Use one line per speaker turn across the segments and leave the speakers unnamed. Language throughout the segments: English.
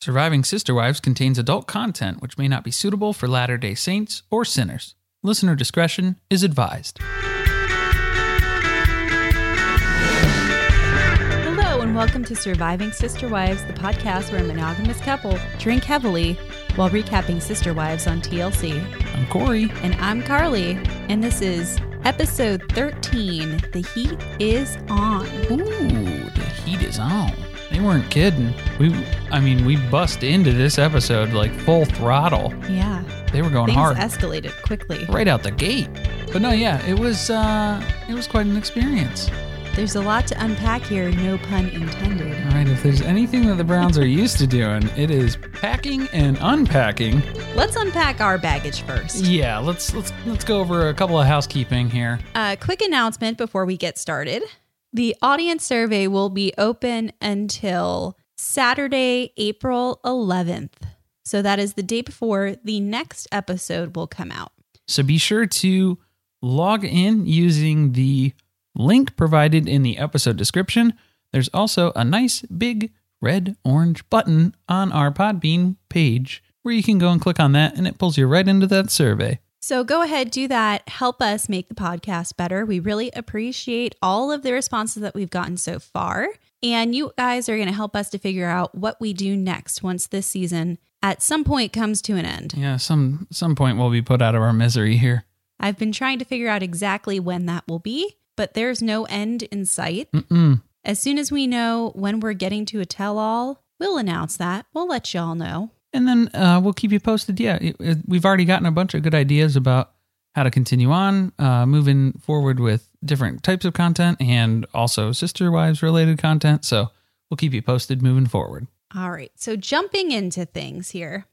Surviving Sister Wives contains adult content which may not be suitable for Latter day Saints or sinners. Listener discretion is advised.
Hello, and welcome to Surviving Sister Wives, the podcast where a monogamous couple drink heavily while recapping Sister Wives on TLC.
I'm Corey.
And I'm Carly, and this is episode 13 The Heat Is On.
Ooh, the heat is on. They weren't kidding. We, I mean, we bust into this episode like full throttle.
Yeah.
They were going
Things
hard
escalated quickly.
right out the gate. But no, yeah, it was uh, it was quite an experience.
There's a lot to unpack here, no pun intended.
All right, if there's anything that the Browns are used to doing, it is packing and unpacking.
Let's unpack our baggage first.
Yeah, let's let's let's go over a couple of housekeeping here.
A quick announcement before we get started. The audience survey will be open until Saturday, April 11th. So that is the day before the next episode will come out.
So be sure to log in using the link provided in the episode description. There's also a nice big red orange button on our Podbean page where you can go and click on that and it pulls you right into that survey.
So go ahead, do that. Help us make the podcast better. We really appreciate all of the responses that we've gotten so far. And you guys are going to help us to figure out what we do next once this season at some point comes to an end.
Yeah, some some point we'll be put out of our misery here.
I've been trying to figure out exactly when that will be, but there's no end in sight.
Mm-mm.
As soon as we know when we're getting to a tell all, we'll announce that. We'll let y'all know.
And then uh, we'll keep you posted. Yeah, it- it- we've already gotten a bunch of good ideas about how to continue on, uh, moving forward with different types of content and also sister wives related content. So we'll keep you posted moving forward.
All right. So, jumping into things here.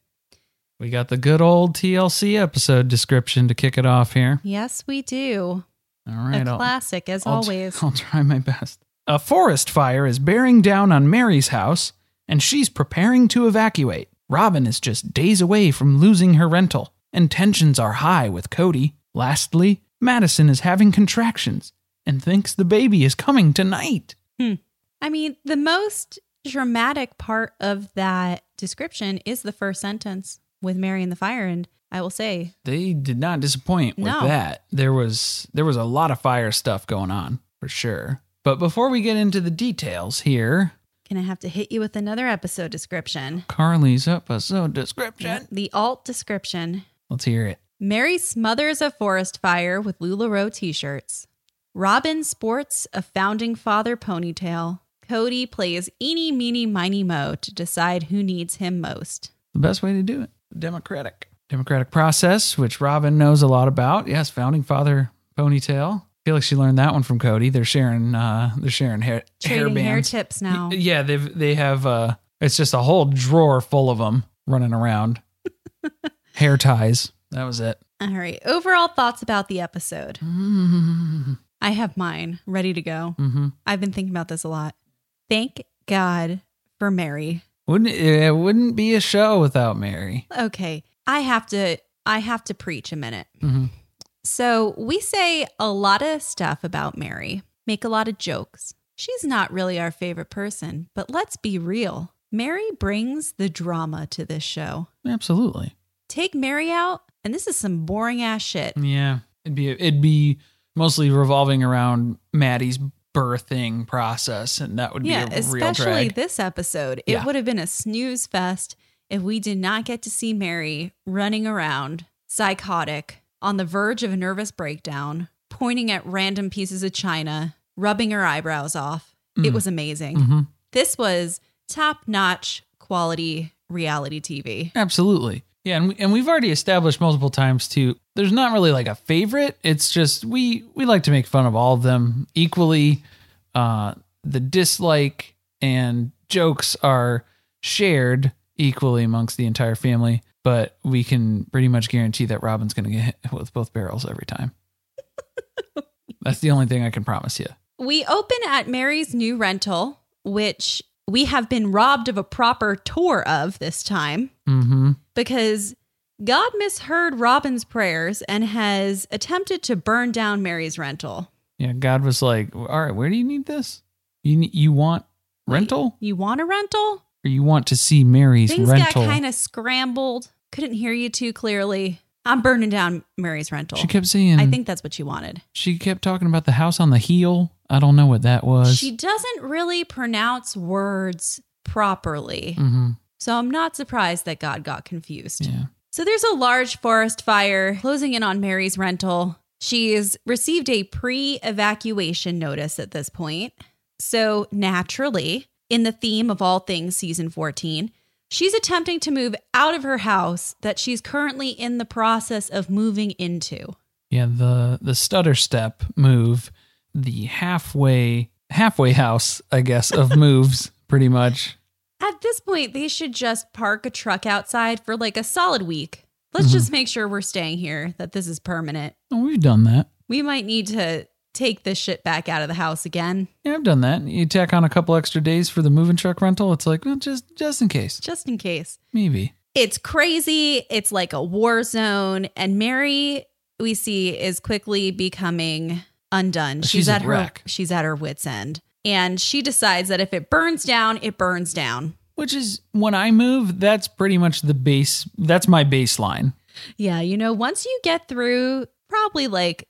We got the good old TLC episode description to kick it off here.
Yes, we do.
All right,
a
I'll-
classic, as
I'll tr-
always.
I'll try my best. A forest fire is bearing down on Mary's house, and she's preparing to evacuate. Robin is just days away from losing her rental, and tensions are high with Cody. Lastly, Madison is having contractions and thinks the baby is coming tonight.
I mean, the most dramatic part of that description is the first sentence with Mary and the fire. And I will say,
They did not disappoint with
No.
that. There was there was a lot of fire stuff going on, for sure. But before we get into the details here,
gonna have to hit you with another episode description.
Carly's episode description.
The alt description
Let's hear it.
Mary smothers a forest fire with LuLaRoe t shirts. Robin sports a founding father ponytail. Cody plays eeny, meeny, miny, mo to decide who needs him most.
the best way to do it democratic democratic process which robin knows a lot about yes founding father ponytail feel like she learned that one from cody they're sharing uh they're sharing hair hair
Trading hair
bands.
tips now.
Y- yeah they've they have uh it's just a whole drawer full of them running around hair ties that was it
All right. Overall thoughts about the episode. I have mine ready to go.
mm-hmm.
I've been thinking about this a lot. Thank God for Mary.
Wouldn't it wouldn't be a show without Mary?
Okay, I have to I have to preach a minute.
Mhm.
So, we say a lot of stuff about Mary, make a lot of jokes. She's not really our favorite person, but let's be real. Mary brings the drama to this show.
Absolutely.
Take Mary out, and this is some boring ass shit.
Yeah, it'd be it'd be mostly revolving around Maddie's birthing process, and that would
yeah,
be a real
especially
drag.
this episode.
Yeah.
It would have been a snooze fest if we did not get to see Mary running around, psychotic, on the verge of a nervous breakdown, pointing at random pieces of china, rubbing her eyebrows off. It
Mm.
was amazing.
Mhm.
This was top notch quality reality TV.
Absolutely. Yeah, and we, and we've already established multiple times too. There's not really like a favorite. It's just we we like to make fun of all of them equally. Uh, the dislike and jokes are shared equally amongst the entire family, but we can pretty much guarantee that Robin's going to get hit with both barrels every time. That's the only thing I can promise you.
We open at Mary's new rental, which we have been robbed of a proper tour of this time.
Mm-hmm.
because God misheard Robin's prayers and has attempted to burn down Mary's rental.
Yeah, God was like, "All right, where do you need this? You ne- you want rental,
You want a rental?
or you want to see Mary's
Things
rental?"
got kind of scrambled. Couldn't hear you too clearly. I'm burning down Mary's rental.
she kept saying,
I think that's what you wanted.
she kept talking about the house on the hill. I don't know what that was.
She doesn't really pronounce words properly.
hmm
So I'm not surprised that God got confused.
Yeah,
So there's a large forest fire closing in on Mary's rental. She's received a pre evacuation notice at this point. So naturally, in the theme of all things season 14, she's attempting to move out of her house that she's currently in the process of moving into.
yeah. The the stutter step move, the halfway halfway house, I guess, of moves pretty much.
At this point, they should just park a truck outside for like a solid week. Let's just make sure we're staying here, that this is permanent.
Oh, we've done that.
We might need to take this shit back out of the house again.
Yeah, I've done that. You tack on a couple extra days for the moving truck rental. It's like, well, just just in case,
just in case.
maybe.
It's crazy. It's like a war zone. And Mary, we see, is quickly becoming undone.
She's a
at her
wreck.
she's at her wits end. And she decides that if it burns down, it burns down.
Which is when I move, that's pretty much the base. That's my baseline.
Yeah, you know, once you get through probably like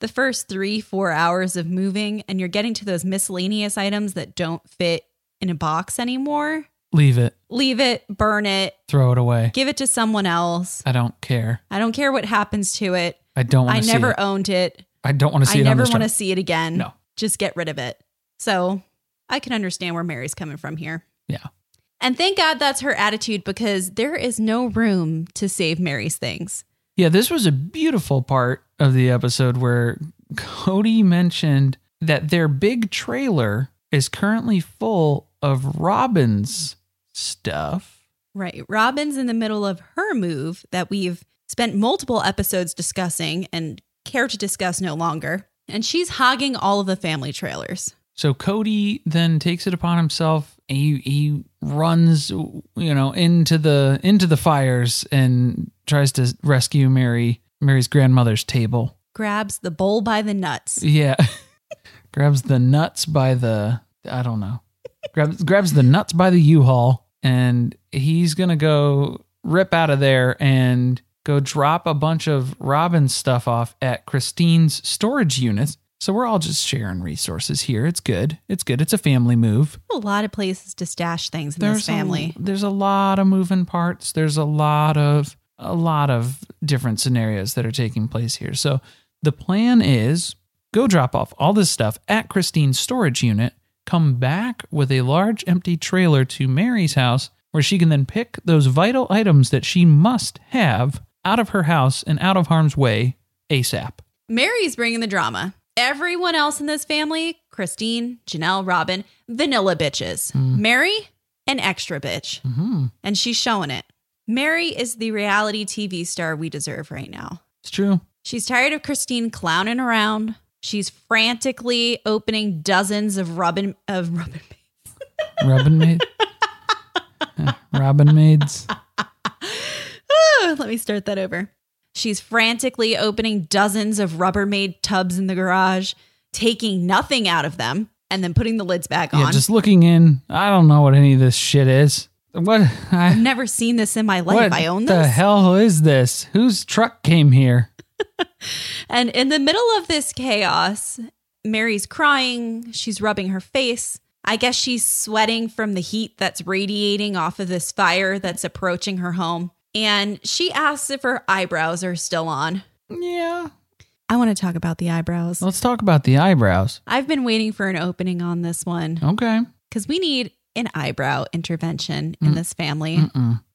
the first three, four hours of moving and you're getting to those miscellaneous items that don't fit in a box anymore,
Leave it,
leave it, burn it,
throw it away.
give it to someone else.
I don't care.
I don't care what happens to it.
I don't
I
want to see
never
it.
owned it.
I don't want to see
I
it on
never
this
want to
chart.
see it again.
No.
Just get rid of it. So I can understand where Mary's coming from here.
Yeah.
And thank God that's her attitude because there is no room to save Mary's things.
Yeah, this was a beautiful part of the episode where Cody mentioned that their big trailer is currently full of Robin's stuff.
Right. Robin's in the middle of her move that we've spent multiple episodes discussing and care to discuss no longer. And she's hogging all of the family trailers.
So Cody then takes it upon himself. He he runs, you know, into the into the fires and tries to rescue Mary Mary's grandmother's table.
Grabs the bull by the nuts.
Yeah, grabs the nuts by the I don't know, grabs grabs the nuts by the U-Haul, and he's gonna go rip out of there and go drop a bunch of Robin's stuff off at Christine's storage unit. So we're all just sharing resources here. It's good. It's good. It's a family move.
A lot of places to stash things in this
a-
family.
there's a lot of moving parts. There's a lot of a lot of different scenarios that are taking place here. So the plan is go drop off all this stuff at Christine's storage unit, come back with a large empty trailer to Mary's house where she can then pick those vital items that she must have out of her house and out of harm's way ASAP.
Mary's bringing the drama. Everyone else in this family Christine, Janelle, Robin, vanilla bitches.
Mm.
Mary, an extra bitch.
Mm-hmm.
And she's showing it. Mary is the reality TV star we deserve right now.
It's true.
She's tired of Christine clowning around. She's frantically opening dozens of Robin of Robin
Robin maid. Uh, Robin maids.
Ah, Let me start that over. She's frantically opening dozens of Rubbermaid tubs in the garage, taking nothing out of them, and then putting the lids back
Yeah,
on.
just looking in. I don't know what any of this shit is. What? I,
I've never seen this in my life.
what
I own
the
this.
hell is this? Whose truck came here?
And in the middle of this chaos, Mary's crying. She's rubbing her face. I guess she's sweating from the heat that's radiating off of this fire that's approaching her home. And she asks if her eyebrows are still on.
Yeah.
I want to talk about the eyebrows.
Let's talk about the eyebrows.
I've been waiting for an opening on this one
Okay.
because we need an eyebrow intervention in this family.
Mm. Mm-mm.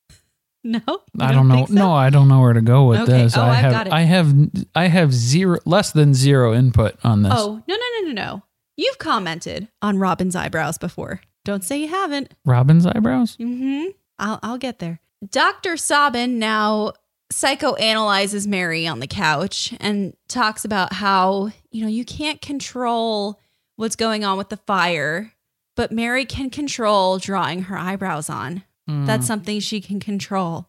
No, You
I don't know.
think so?
No, I don't know where to go with
Okay.
this.
Oh,
I
I've
have
got it.
I have I have zero less than zero input on this.
Oh no, no, no, no, no! You've commented on Robin's eyebrows before. Don't say you haven't.
Robin's eyebrows?
Mm-hmm. I'll I'll get there. Dr. Sabin now psychoanalyzes Mary on the couch and talks about how, you know, you can't control what's going on with the fire, but Mary can control drawing her eyebrows on. That's something she can control.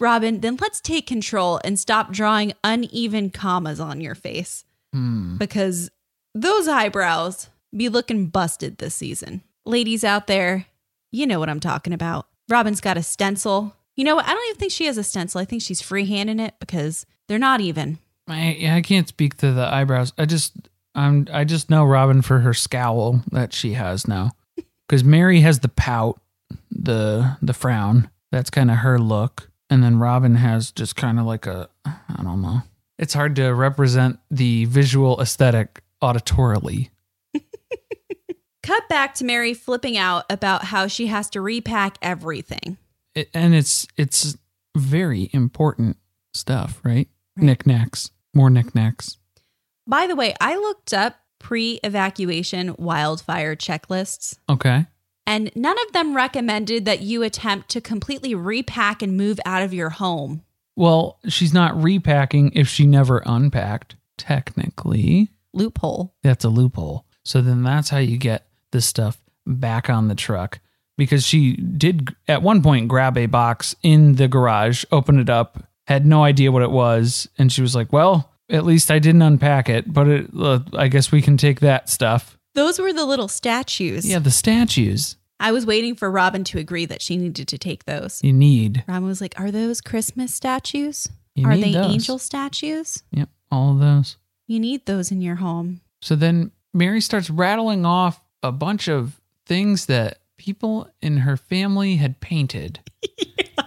Robin, then let's take control and stop drawing uneven commas on your face
Hmm.
because those eyebrows be looking busted this season. Ladies out there, you know what I'm talking about. Robin's got a stencil. You know what? I don't even think she has a stencil. I think she's freehanding it because they're not even.
I, yeah, I can't speak to the eyebrows. I just I'm I just know Robin for her scowl that she has now. Cuz Mary has the pout, the the frown. That's kind of her look. And then Robin has just kind of like a I don't know. It's hard to represent the visual aesthetic auditorily.
Cut back to Mary flipping out about how she has to repack everything.
It, and it's it's very important stuff, right? Knickknacks, more knickknacks.
By the way, I looked up pre evacuation wildfire checklists,
Okay.
and none of them recommended that you attempt to completely repack and move out of your home
Well, she's not repacking if she never unpacked. Technically,
loophole.
that's a loophole. So then that's how you get this stuff back on the truck because she did g- at one point grab a box in the garage, open it up, had no idea what it was, and she was like, "Well, at least I didn't unpack it, but it, uh, I guess we can take that stuff."
Those were the little statues.
Yeah, the statues
I was waiting for Robin to agree that she needed to take those.
you need.
Robin was like, Are those Christmas statues?
You
Are
need
they
those.
angel statues?
Yep, all of those.
You need those in your home.
So then Mary starts rattling off a bunch of things that people in her family had painted.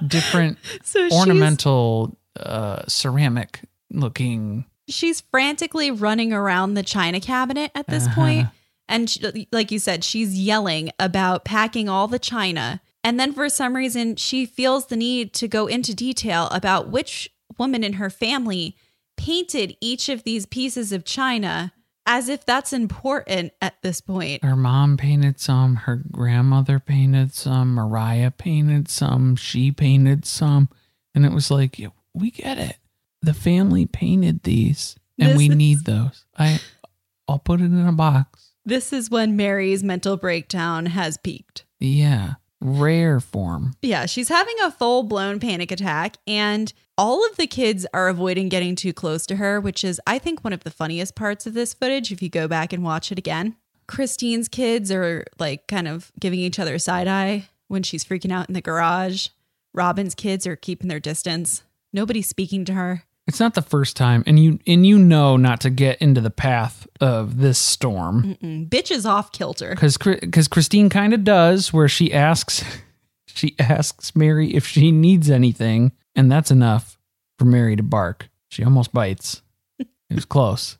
Different
So
ornamental uh ceramic looking
She's, she's frantically running around the china cabinet at this
Uh-huh.
point. And she, like you said, she's yelling about packing all the china. And then for some reason, she feels the need to go into detail about which woman in her family painted each of these pieces of china as if that's important at this point.
her mom painted some her grandmother painted some mariah painted some she painted some and it was like yeah, we get it the family painted these and
This
we
is-
need those i i'll put it in a box
This is when Mary's mental breakdown has peaked.
yeah rare form
Yeah, she's having a full blown panic attack, and all of the kids are avoiding getting too close to her, which is, I think, one of the funniest parts of this footage if you go back and watch it again. Christine's kids are like kind of giving each other side eye when she's freaking out in the garage. Robin's kids are keeping their distance. Nobody's speaking to her.
It's not the first time, and you and you know not to get into the path of this storm
Mm-mm. Bitch is off kilter.
because because Christine kind of does where she asks she asks Mary if she needs anything, and that's enough for Mary to bark. She almost bites. It was close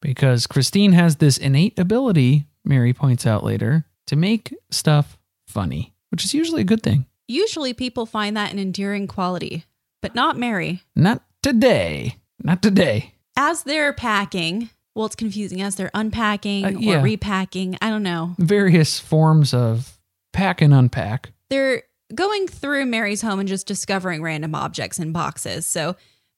because Christine has this innate ability. Mary points out later to make stuff funny, which is usually a good thing.
Usually people find that an endearing quality, but not Mary.
Not today. Not today.
as they're packing, well, it's confusing as they're unpacking
Uh, yeah.
or repacking. I don't know.
Various forms of pack and unpack.
They're going through Mary's home and just discovering random objects and boxes. So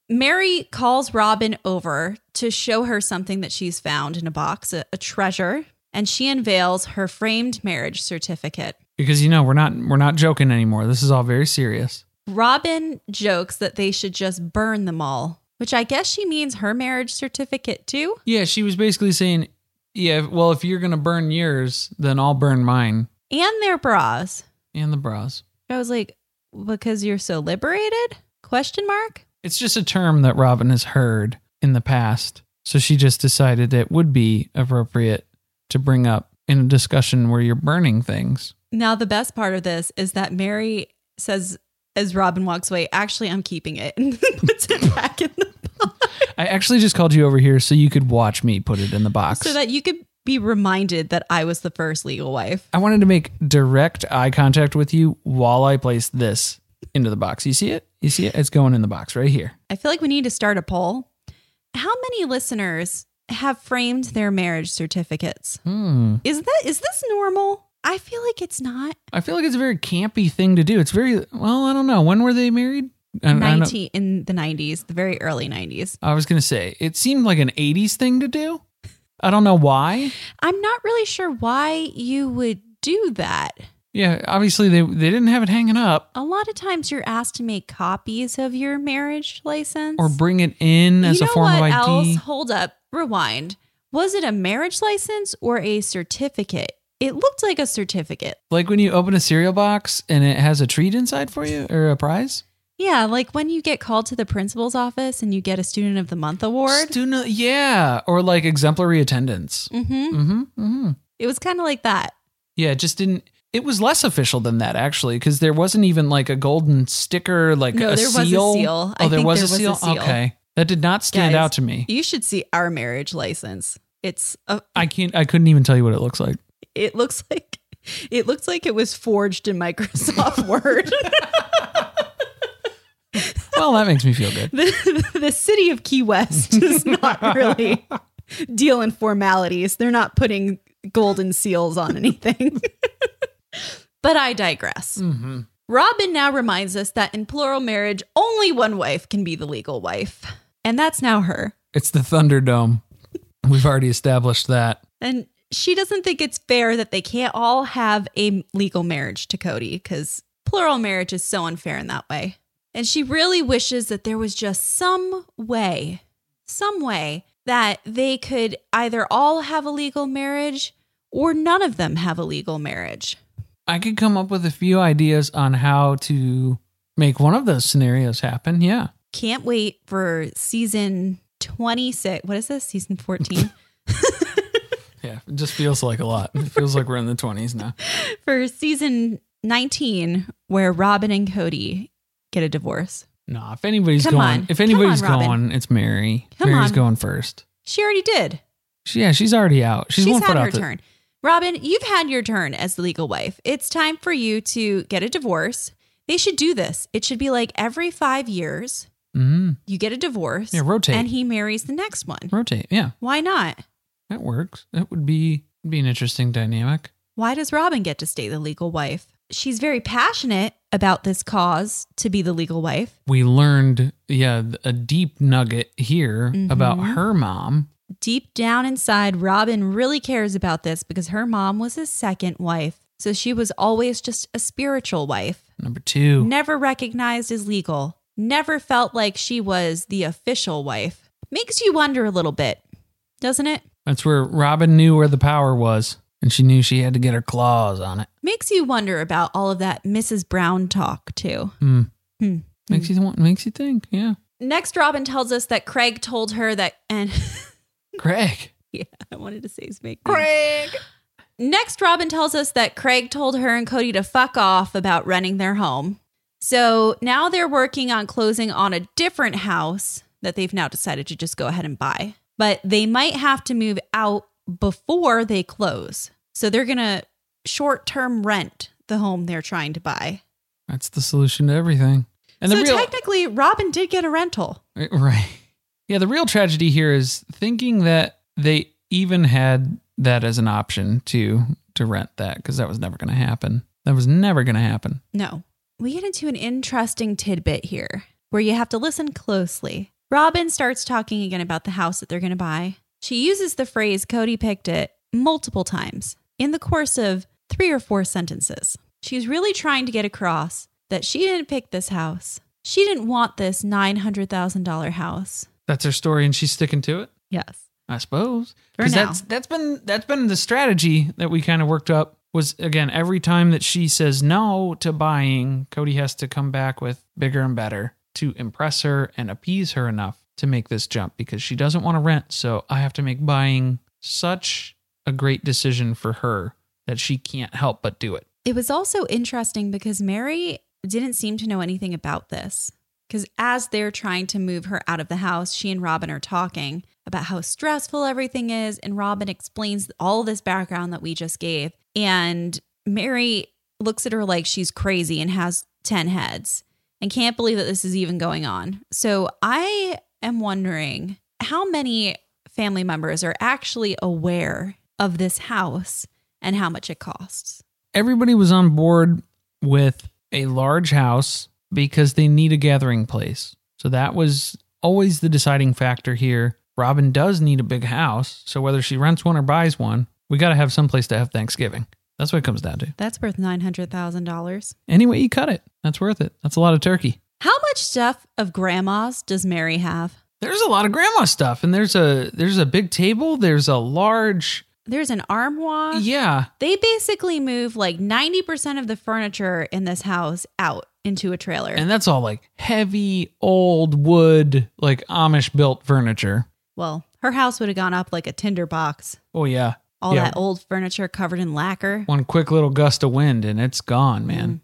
Mary calls Robin over to show her something that she's found in a box, a, a treasure. and she unveils her framed marriage certificate.
Because you know, we're not we're not joking anymore. This is all very serious.
Robin jokes that they should just burn them all, which I guess she means her marriage certificate too.
Yeah, she was basically saying, yeah, well, if you're going to burn yours, then I'll burn mine
And their bras.
and the bras.
I was like, because you're so liberated? Question mark?
It's just a term that Robin has heard in the past. So she just decided it would be appropriate to bring up in a discussion where you're burning things.
Now the best part of this is that Mary says as Robin walks away, actually I'm keeping it and puts it back in the box
I actually just called you over here so you could watch me put it in the box.
so that you could be reminded that I was the first legal wife.
I wanted to make direct eye contact with you while I place this into the box. You see it? You see it? It's going in the box right here.
I feel like we need to start a poll. How many listeners have framed their marriage certificates?
Hmm.
Is that is this normal? I feel like it's not.
I feel like it's a very campy thing to do. It's very well. I don't know. When were they married? I, don't- I don't-
19 in the 90s, the very early 90s.
I was gonna say it seemed like an '80s thing to do. I don't know why.
I'm not really sure why you would do that.
Yeah, obviously they they didn't have it hanging up
A lot of times you're asked to make copies of your marriage license
or bring it in as
you
a
know
form
what
of ID.
else? Hold up, rewind. Was it a marriage license or a certificate? It looked like a certificate.
Like when you open a cereal box and it has a treat inside for you or a prize.
Yeah, like when you get called to the principal's office and you get a student of the month award.
Student, yeah, or like exemplary attendance.
hmm
Mm-hmm. Mm-hmm.
It was kind of like that.
Yeah, it just didn't. It was less official than that actually, because there wasn't even like a golden sticker, like
No,
a
there was a
seal. Oh,
seal. I
there
think
was,
there
a, seal?
was a seal.
Okay, that did not stand
Guys,
out to me.
You should see our marriage license. It's a,
I can't. I couldn't even tell you what it looks like.
it looks like it looks like it was forged in Microsoft Word.
Well, that makes me feel good.
the, the city of Key West is not really deal in formalities. They're not putting golden seals on anything. but I digress.
Mm-hmm.
Robin now reminds us that in plural marriage, only one wife can be the legal wife. And that's now her.
It's the Thunderdome. We've already established that.
And she doesn't think it's fair that they can't all have a legal marriage to Cody because plural marriage is so unfair in that way. And she really wishes that there was just some way, some way that they could either all have a legal marriage or none of them have a legal marriage.
I could come up with a few ideas on how to make one of those scenarios happen. Yeah.
Can't wait for season 26. What is this? Season 14?
Yeah, it just feels like a lot. It feels like we're in the 20s now.
for season 19, where Robin and Cody get a divorce.
No, if anybody's
Come
going,
on.
if
Come
anybody's
on, Robin.
going, it's Mary.
Come
Mary's
on.
going first.
She already did.
She, yeah, she's already out. She's,
She's,
one
had
foot
her
out the-
turn. Robin, you've had your turn as the legal wife. It's time for you to get a divorce. They should do this. It should be like every five years,
Mhm.
you get a divorce.
Yeah, rotate.
And he marries the next one.
Rotate. Yeah,
Why not?
that works. That would be would be an interesting dynamic.
Why does Robin get to stay the legal wife? She's very passionate about this cause to be the legal wife.
We learned, yeah, a deep nugget here about
Mm-hmm.
her mom.
Deep down inside, Robin really cares about this because her mom was his second wife. So she was always just a spiritual wife.
Number two.
never recognized as legal, never felt like she was the official wife. Makes you wonder a little bit, doesn't it?
That's where Robin knew where the power was, and she knew she had to get her claws on it.
Makes you wonder about all of that Mrs. Brown talk, too.
Hmm.
Hmm.
Makes you want, makes you think. Yeah,
Next, Robin tells us that Craig told her that, and
Craig.
yeah, I wanted to say his make Craig. Next, Robin tells us that Craig told her and Cody to fuck off about running their home. So now they're working on closing on a different house that they've now decided to just go ahead and buy. But they might have to move out before they close. So they're going to short term rent the home they're trying to buy.
That's the solution to everything. And
so
the real
technically, Robin did get a rental.
right, yeah, the real tragedy here is thinking that they even had that as an option to to rent that because that was never going to happen. That was never going to happen.
No. We get into an interesting tidbit here where you have to listen closely. Robin starts talking again about the house that they're going to buy. She uses the phrase, Cody picked it. multiple times in the course of three or four sentences. She's really trying to get across that she didn't pick this house. She didn't want this $900,000 house.
That's her story, and she's sticking to it.
Yes.
I suppose.
For
'Cause
now.
That's, that's been that's been the strategy that we kind of worked up was again every time that she says no to buying, Cody has to come back with bigger and better to impress her and appease her enough to make this jump because she doesn't want to rent. So I have to make buying such a great decision for her that she can't help but do it.
It was also interesting because Mary didn't seem to know anything about this. Because as they're trying to move her out of the house, she and Robin are talking about how stressful everything is. And Robin explains all this background that we just gave. And Mary looks at her like she's crazy and has 10 heads and can't believe that this is even going on. So I am wondering how many family members are actually aware of this house and how much it costs.
everybody was on board with a large house because they need a gathering place. So that was always the deciding factor here. Robin does need a big house. So whether she rents one or buys one, we got to have some place to have Thanksgiving. That's what it comes down to.
That's worth $900,000.
Any way you cut it, that's worth it. That's a lot of turkey.
How much stuff of grandma's does Mary have?
There's a lot of grandma stuff and there's a there's a big table, there's a large
There's an armoire.
yeah,
They basically move like 90% of the furniture in this house out into a trailer.
and that's all like heavy old wood like Amish built furniture.
well, her house would have gone up like a tinder box.
Oh yeah.
All
yeah.
that old furniture covered in lacquer.
one quick little gust of wind and it's gone, man.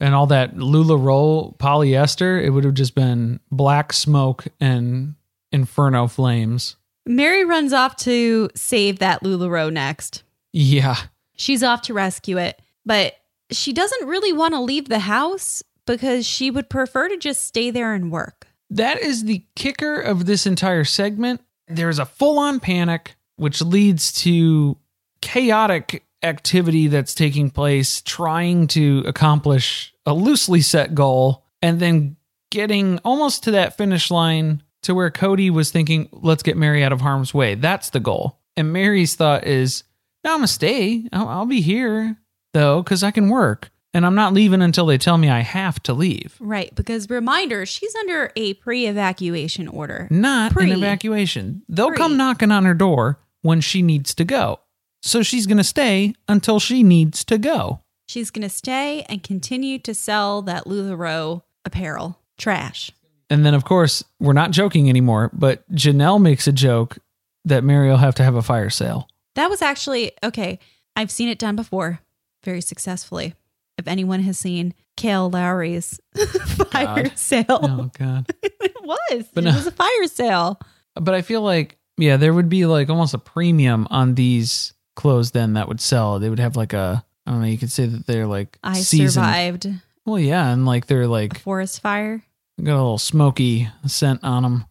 And all that Lularoll polyester, it would have just been black smoke and inferno flames.
Mary runs off to save that LuLaRoe next.
Yeah.
She's off to rescue it, but she doesn't really want to leave the house because she would prefer to just stay there and work.
That is the kicker of this entire segment. There is a full on panic, which leads to chaotic activity that's taking place, trying to accomplish a loosely set goal, and then getting almost to that finish line to where Cody was thinking, let's get Mary out of harm's way. That's the goal. And Mary's thought is, namaste, I'll, I'll be here though, because I can work. And I'm not leaving until they tell me I have to leave.
Right, because reminder, she's under a pre-evacuation order.
not
Pre.
an evacuation. They'll
Pre.
come knocking on her door when she needs to go. So she's going to stay until she needs to go.
She's going to stay and continue to sell that LuLaRoe apparel. Trash.
And then, of course, we're not joking anymore, but Janelle makes a joke that Mary will have to have a fire sale.
That was actually okay. I've seen it done before, very successfully. If anyone has seen Kale Lowry's fire
God.
sale,
Oh, God.
it was.
But
it
no.
was a fire sale.
But I feel like, yeah, there would be like almost a premium on these clothes then that would sell. They would have like a, I don't know, you could say that they're like
I
seasoned.
survived
Well, yeah. And like they're
a
like
forest fire.
got a little smoky scent on them,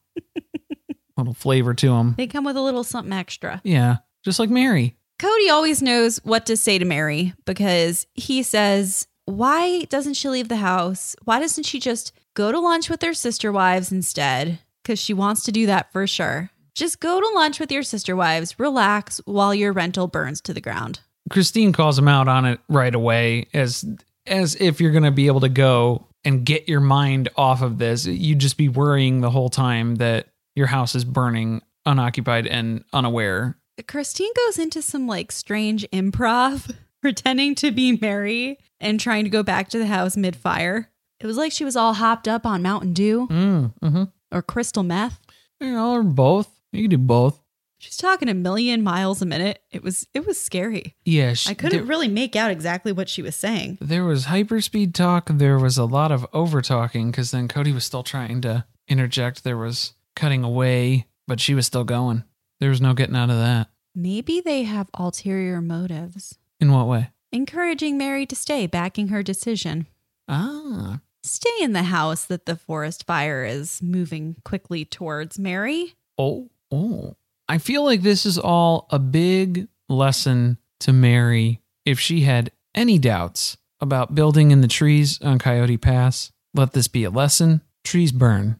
little flavor to them.
They come with a little something extra.
Yeah, just like Mary.
Cody always knows what to say to Mary because he says, Why doesn't she leave the house? Why doesn't she just go to lunch with her sister wives instead? Because she wants to do that for sure. Just go to lunch with your sister wives, relax while your rental burns to the ground.
Christine calls him out on it right away as as if you're going to be able to go and get your mind off of this. You'd just be worrying the whole time that your house is burning, unoccupied and unaware.
Christine goes into some like strange improv, pretending to be Mary and trying to go back to the house mid fire. It was like she was all hopped up on Mountain Dew
Mm, mm-hmm.
or crystal meth.
You know, or both. You can do both.
She's talking a million miles a minute. It was it was scary.
Yeah, she,
I couldn't really make out exactly what she was saying.
There was hyperspeed talk. There was a lot of over talking because then Cody was still trying to interject. There was cutting away, but she was still going. There was no getting out of that.
Maybe they have ulterior motives.
In what way?
Encouraging Mary to stay, backing her decision.
Ah,
Stay in the house that the forest fire is moving quickly towards Mary.
Oh, oh. I feel like this is all a big lesson to Mary if she had any doubts about building in the trees on Coyote Pass. Let this be a lesson. Trees burn.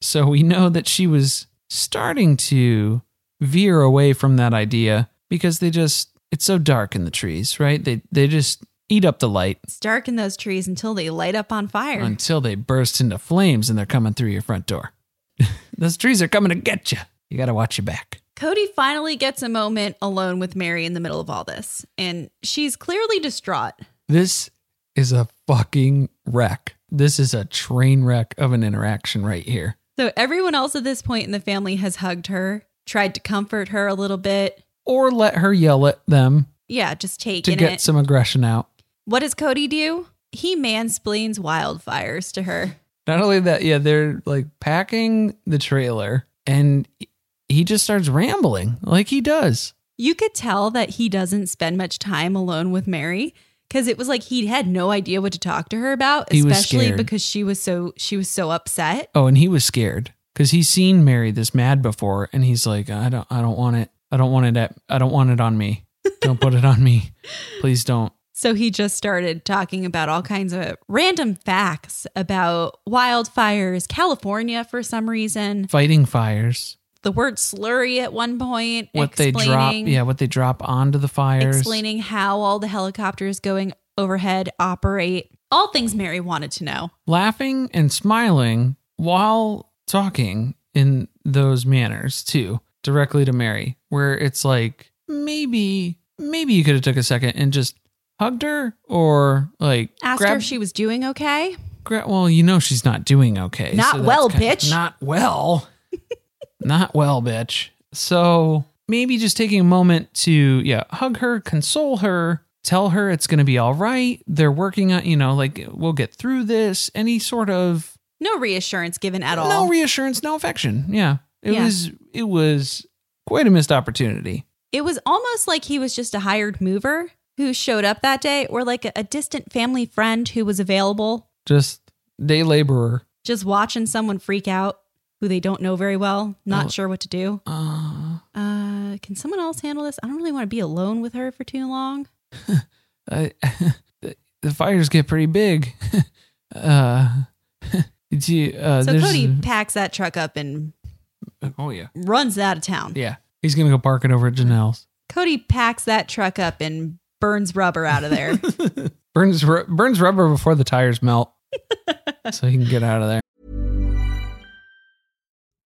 So we know that she was starting to veer away from that idea because they just it's so dark in the trees, right? They they just eat up the light
It's dark in those trees until they light up on fire.
until they burst into flames and they're coming through your front door. Those trees are coming to get you. You got to watch your back.
Cody finally gets a moment alone with Mary in the middle of all this, and she's clearly distraught.
This is a fucking wreck. This is a train wreck of an interaction right here.
So everyone else at this point in the family has hugged her, tried to comfort her a little bit.
Or let her yell at them
Yeah, just
to
taking
get
it.
some aggression out.
what does Cody do? He mansplains wildfires to her.
Not only that, yeah, they're like packing the trailer and he just starts rambling like he does.
You could tell that he doesn't spend much time alone with Mary because it was like he had no idea what to talk to her about,
He was
especially
scared.
because she was so she was so upset.
Oh, and he was scared because he's seen Mary this mad before, and he's like, I don't, I don't want it. I don't want it. At, I don't want it on me. Don't put it on me. Please don't.
So he just started talking about all kinds of random facts about wildfires, California for some reason,
Fighting fires.
the word slurry at one point,
What they drop.
explaining-
Yeah, what they drop onto the fires.
explaining how all the helicopters going overhead operate. All things Mary wanted to know.
Laughing and smiling while talking in those manners too, directly to Mary, where it's like maybe, maybe you could have took a second and just hugged her or like
Asked her
grabbed-
if she was doing okay.
Gra- well, you know she's not doing okay.
Not
that's
well,
kinda-
bitch.
Not well. not well, bitch. So maybe just taking a moment to yeah, hug her, console her, tell her it's going to be all right. They're working on, you know, like we'll get through this. Any sort of
No reassurance given at
no
all.
reassurance, no affection. Yeah. It
Yeah.
was it was quite a missed opportunity.
it was almost like he was just a hired mover who showed up that day or like a, a distant family friend who was available,
Just day laborer.
just watching someone freak out who they don't know very well, not
Oh.
sure what to do.
Uh,
Uh, can someone else handle this? I don't really want to be alone with her for too long.
I, the, the fires get pretty big. uh, do you- uh,
so
there's-
Cody packs that truck up and
Oh yeah,
runs out of town.
yeah. He's gonna go park it over at Janelle's.
Cody packs that truck up and burns rubber out of there.
Burns ru- burns rubber before the tires melt, so he can get out of there.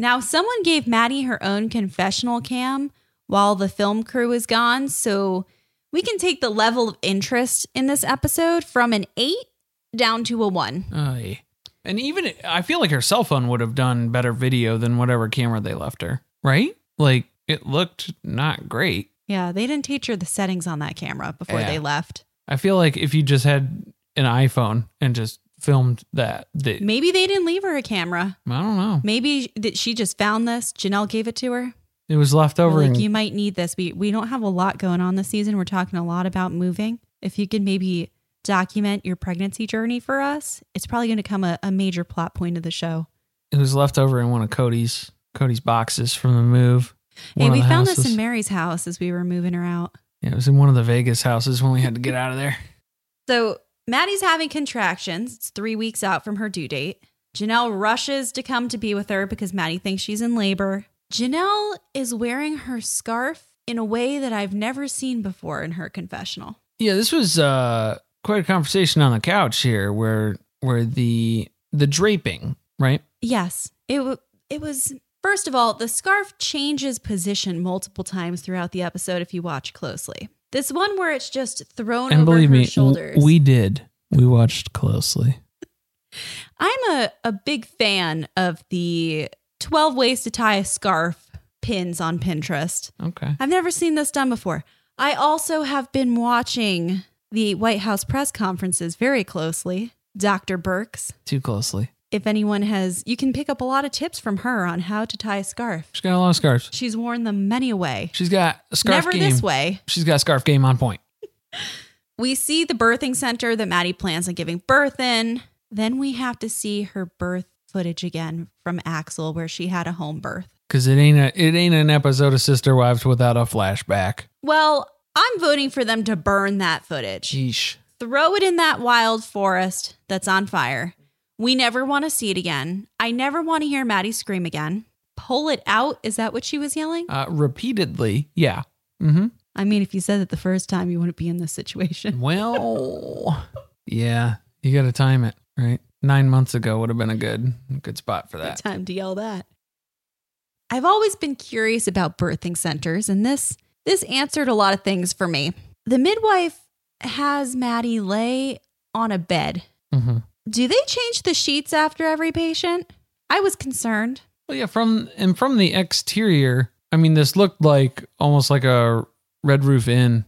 now, someone gave Maddie her own confessional cam while the film crew is gone. So we can take the level of interest in this episode from an eight down to a one.
Aye. Oh, And even I feel like her cell phone would have done better video than whatever camera they left her. Right? Like it looked not great.
Yeah, they didn't teach her the settings on that camera before
Yeah.
they left.
I feel like if you just had an iPhone and just filmed that, that
Maybe they didn't leave her a camera.
I don't know.
Maybe that she just found this. Janelle gave it to her.
It was left over.
Like
and-
you might need this. We we don't have a lot going on this season. We're talking a lot about moving. If you could maybe document your pregnancy journey for us, it's probably going to come a, a major plot point of the show.
It was left over in one of Cody's Cody's boxes from the move.
Hey,
One of
we
the
found this
houses.
in Mary's house as we were moving her out.
Yeah, it was in one of the Vegas houses when we had to get out of there.
So Maddie's having contractions. It's three weeks out from her due date. Janelle rushes to come to be with her because Maddie thinks she's in labor. Janelle is wearing her scarf in a way that I've never seen before in her confessional.
Yeah, this was uh, quite a conversation on the couch here, where where the the draping, right?
Yes. It w- it was first of all, the scarf changes position multiple times throughout the episode if you watch closely. This one where it's just thrown
and
over
believe
her
me, w-
shoulders.
we did. We watched closely.
I'm a, a big fan of the 12 ways to tie a scarf pins on Pinterest.
Okay.
I've never seen this done before. I also have been watching the White House press conferences very closely. Dr. Burks,
Too closely.
if anyone has, you can pick up a lot of tips from her on how to tie a scarf.
She's got a lot of scarves.
She's worn them many a way.
She's got a scarf
Never
game.
this way.
She's got a scarf game on point.
We see the birthing center that Maddie plans on giving birth in. Then we have to see her birth footage again from Axel, where she had a home birth.
Cause it ain't a it ain't an episode of Sister Wives without a flashback.
Well, I'm voting for them to burn that footage.
Sheesh.
Throw it in that wild forest that's on fire. We never want to see it again. I never want to hear Maddie scream again. Pull it out. Is that what she was yelling?
Uh, repeatedly, yeah. Mm-hmm.
I mean, if you said it the first time, you wouldn't be in this situation.
Well, yeah. You got to time it right. Nine months ago would have been a good good spot for that.
Good time to yell that. I've always been curious about birthing centers, and this this answered a lot of things for me. The midwife has Maddie lay on a bed.
Mm-hmm.
Do they change the sheets after every patient? I was concerned.
Well, yeah. From and from the exterior, I mean, this looked like almost like a Red Roof Inn.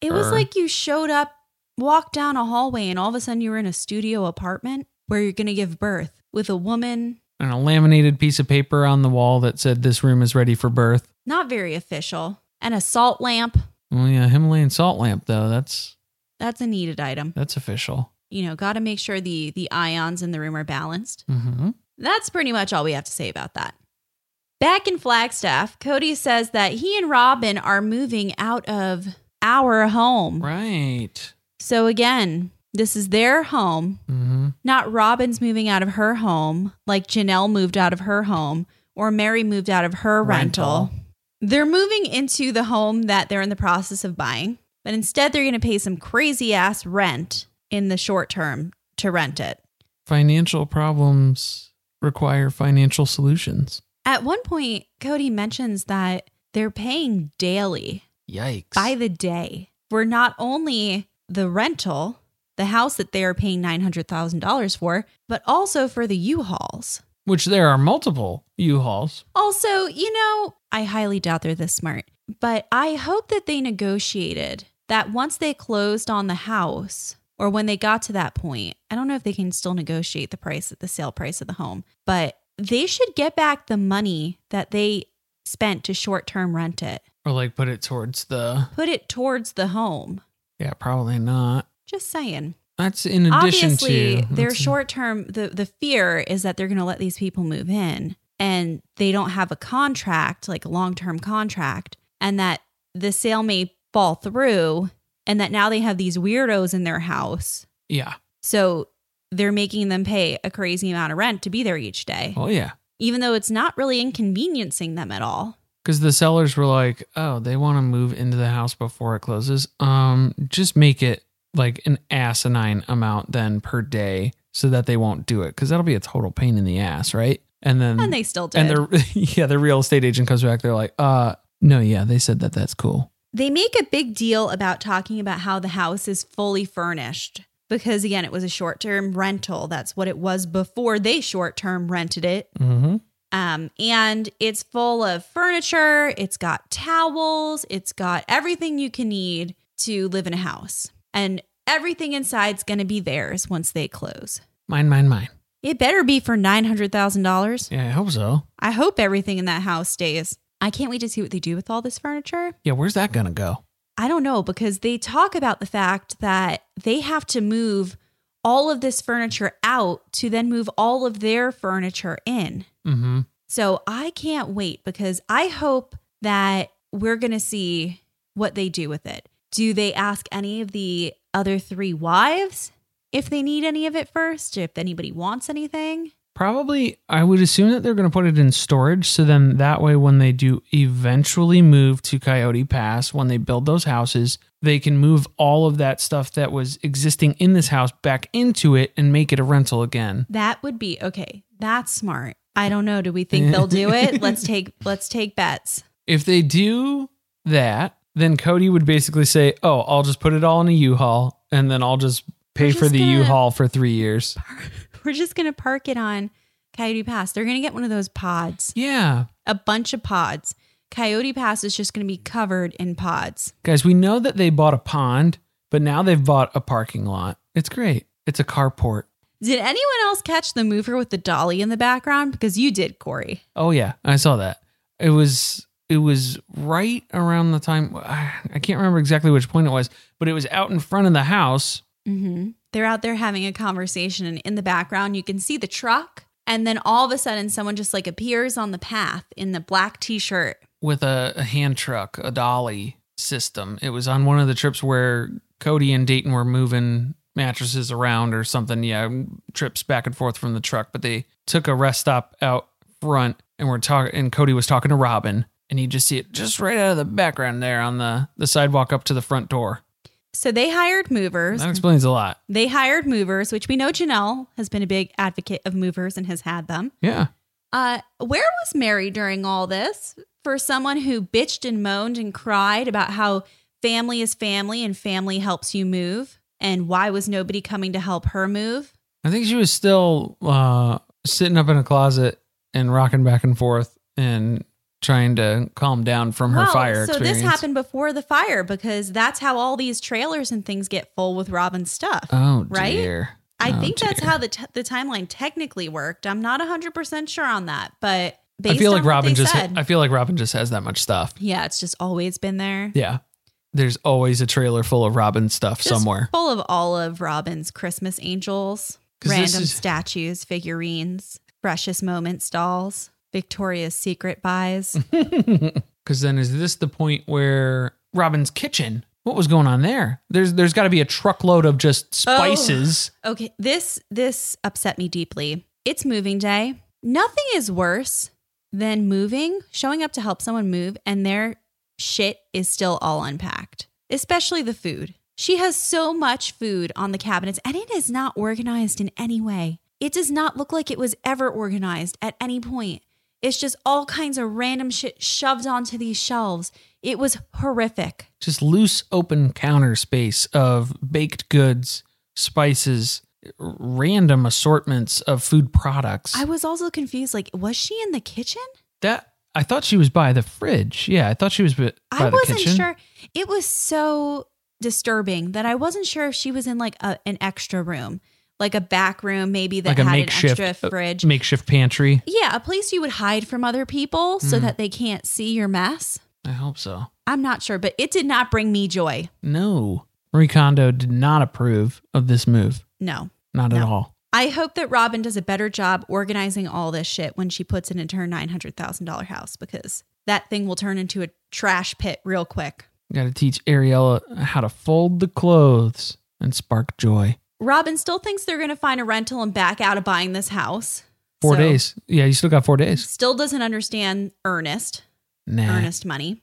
It was
Sure.
like you showed up, walked down a hallway, and all of a sudden you were in a studio apartment where you're going to give birth with a woman.
and a laminated piece of paper on the wall that said this room is ready for birth.
Not very official. And a salt lamp.
Well, yeah, Himalayan salt lamp though. That's
That's a needed item.
that's official.
You know, got to make sure the the ions in the room are balanced.
Mm-hmm.
That's pretty much all we have to say about that. Back in Flagstaff, Cody says that he and Robin are moving out of our home.
Right.
So again, this is their home.
Mm-hmm.
Not Robin's moving out of her home, like Janelle moved out of her home, or Mary moved out of her
Rental.
rental. They're moving into the home that they're in the process of buying, but instead they're going to pay some crazy ass rent in the short term to rent it.
Financial problems require financial solutions.
At one point, Cody mentions that they're paying daily
Yikes.
by the day. We're not only the rental, the house that they are paying $900,000 for, but also for the U-Hauls.
Which there are multiple U-Hauls.
Also, you know, I highly doubt they're this smart, but I hope that they negotiated that once they closed on the house or when they got to that point, I don't know if they can still negotiate the price, the sale price of the home, but they should get back the money that they spent to short term rent it,
Or like put it towards the
put it towards the home.
Yeah, probably not.
Just saying.
That's in addition
Obviously,
to
their
that's-
short term the the fear is that they're going to let these people move in and they don't have a contract, like a long-term contract, and that the sale may fall through and that now they have these weirdos in their house.
Yeah.
So they're making them pay a crazy amount of rent to be there each day,
Oh yeah.
even though it's not really inconveniencing them at all.
Because the sellers were like, oh, they want to move into the house before it closes. Um, just make it like an asinine amount then per day so that they won't do it. Because that'll be a total pain in the ass, right? And then
And they still did.
and their yeah, the real estate agent comes back. They're like, uh, no, yeah, they said that that's cool.
They make a big deal about talking about how the house is fully furnished because, again, it was a short term rental. That's what it was before they short term rented it.
Mm-hmm.
Um, and it's full of furniture, it's got towels, it's got everything you can need to live in a house. And everything inside's going to be theirs once they close.
Mine, mine, mine.
It better be for $900,000.
Yeah, I hope so.
I hope everything in that house stays. I can't wait to see what they do with all this furniture.
Yeah, where's that gonna go?
I don't know because they talk about the fact that they have to move all of this furniture out to then move all of their furniture in.
Mm-hmm.
So I can't wait because I hope that we're going to see what they do with it. Do they ask any of the other three wives if they need any of it first, if anybody wants anything?
Probably, I would assume that they're going to put it in storage. So then that way, when they do eventually move to Coyote Pass, when they build those houses, they can move all of that stuff that was existing in this house back into it and make it a rental again.
That would be okay. That's smart. I don't know. Do we think they'll do it? Let's take let's take bets.
If they do that, then Cody would basically say, "Oh, I'll just put it all in a U-Haul, and then I'll just pay
We're
for
just
the
gonna-
U-Haul for three years."
We're just going to park it on Coyote Pass. They're going to get one of those pods,
Yeah,
a bunch of pods. Coyote Pass is just going to be covered in pods.
guys, we know that they bought a pond, but now they've bought a parking lot. It's great. It's a carport.
Did anyone else catch the mover with the dolly in the background? Because you did, Corey.
Oh yeah, I saw that. It was it was right around the time I I can't remember exactly which point it was, but it was out in front of the house.
Mm-hmm. They're out there having a conversation, and in the background, you can see the truck. And then all of a sudden, someone just like appears on the path in the black t shirt.
with a, a hand truck, a dolly system. It was on one of the trips where Cody and Dayton were moving mattresses around or something. Yeah, trips back and forth from the truck, but they took a rest stop out front and were talking and Cody was talking to Robin and you just see it just right out of the background there on the, the sidewalk up to the front door.
So they hired movers.
That explains a lot.
They hired movers, which we know Janelle has been a big advocate of movers and has had them.
Yeah.
Uh, where was Mary during all this? For someone who bitched and moaned and cried about how family is family and family helps you move, and why was nobody coming to help her move?
I think she was still uh, sitting up in a closet and rocking back and forth and trying to calm down from her
Well,
fire
So
experience.
this happened before the fire because that's how all these trailers and things get full with Robin's stuff.
Oh,
right?
dear.
I
Oh,
think that's
dear.
how the t- the timeline technically worked. I'm not 100% sure on that, but based
I feel
on
like
what they
Robin just.
said,
I feel like Robin just has that much stuff.
yeah, it's just always been there.
Yeah, there's always a trailer full of Robin stuff
Just
somewhere.
full of all of Robin's Christmas angels,
'Cause this
random
is-
statues, figurines, precious moments dolls, Victoria's Secret buys.
Because then, is this the point where Robin's kitchen? What was going on there? There's there's got to be a truckload of just
Oh.
spices.
Okay, this this upset me deeply. It's moving day. Nothing is worse than moving, showing up to help someone move and their shit is still all unpacked, especially the food. She has so much food on the cabinets and it is not organized in any way. It does not look like it was ever organized at any point. It's just all kinds of random shit shoved onto these shelves. It was horrific.
Just loose open counter space of baked goods, spices, r- random assortments of food products.
I was also confused like was she in the kitchen?
that I thought she was by the fridge. Yeah, I thought she was by, by
I
the
wasn't
kitchen.
sure. It was so disturbing that I wasn't sure if she was in like a, an extra room, like a back room, maybe that
like a
had
makeshift
an extra
uh,
fridge.
makeshift pantry.
yeah, a place you would hide from other people so
Mm.
that they can't see your mess.
I hope so.
I'm not sure, but it did not bring me joy.
No. Marie Kondo did not approve of this move.
No.
Not at
No.
all.
I hope that Robin does a better job organizing all this shit when she puts it into her $900,000 house because that thing will turn into a trash pit real quick.
Got to teach Ariella how to fold the clothes and spark joy.
Robin still thinks they're going to find a rental and back out of buying this house.
Four
So,
days. Yeah, you still got four days.
Still doesn't understand earnest,
Nah.
earnest money.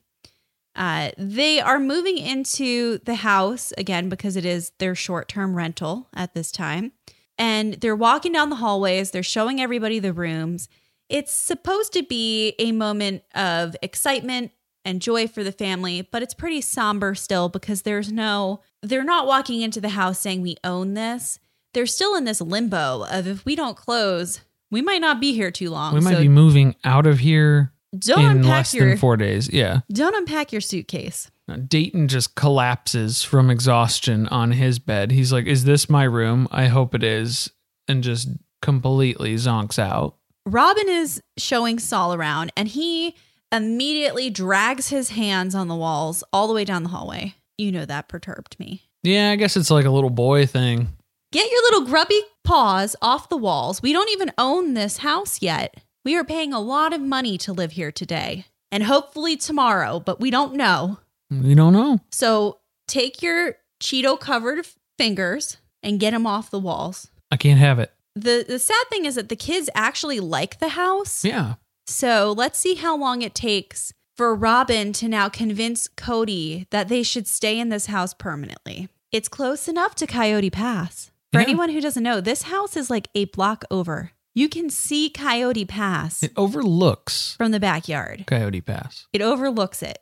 Uh, they are moving into the house again because it is their short term rental at this time. And they're walking down the hallways, they're showing everybody the rooms. It's supposed to be a moment of excitement and joy for the family, but it's pretty somber still because there's no, they're not walking into the house saying we own this. They're still in this limbo of if we don't close, we might not be here too long.
We might
So
be moving out of here
don't
in
unpack
less
your
than four days. Yeah.
don't unpack your suitcase.
Now, Dayton just collapses from exhaustion on his bed. He's like, Is this my room? I hope it is. And just completely zonks out.
Robin is showing Saul around and he immediately drags his hands on the walls all the way down the hallway. You know that perturbed me.
Yeah, I guess it's like a little boy thing.
Get your little grubby paws off the walls. We don't even own this house yet. We are paying a lot of money to live here today and hopefully tomorrow, but we don't know.
We don't know.
So take your Cheeto covered fingers and get them off the walls.
I can't have it.
The the sad thing is that the kids actually like the house.
Yeah.
So let's see how long it takes for Robin to now convince Cody that they should stay in this house permanently. It's close enough to Coyote Pass. For
Yeah.
anyone who doesn't know, this house is like a block over. You can see Coyote Pass
It overlooks
from the backyard,
Coyote Pass.
it overlooks it.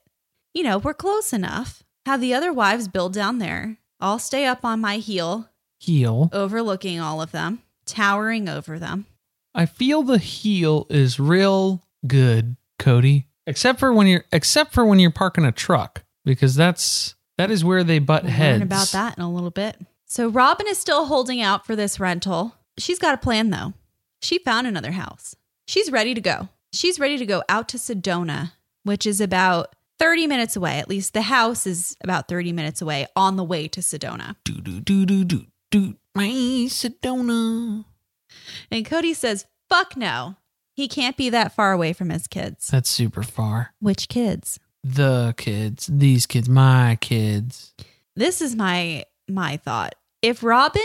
you know, we're close enough. Have the other wives build down there. I'll stay up on my heel,
Heel.
overlooking all of them, towering over them.
I feel the heel is real good, Cody. Except for when you're except for when you're parking a truck, because that's that is where they butt
We'll
heads.
learn about that in a little bit. So Robin is still holding out for this rental. She's got a plan though. She found another house. She's ready to go. She's ready to go out to Sedona, which is about 30 minutes away. At least the house is about 30 minutes away on the way to Sedona.
Do do do do do do. My Sedona.
And Cody says, fuck no. He can't be that far away from his kids.
That's super far.
Which kids?
The kids, these kids, my kids.
This is my my thought. If Robin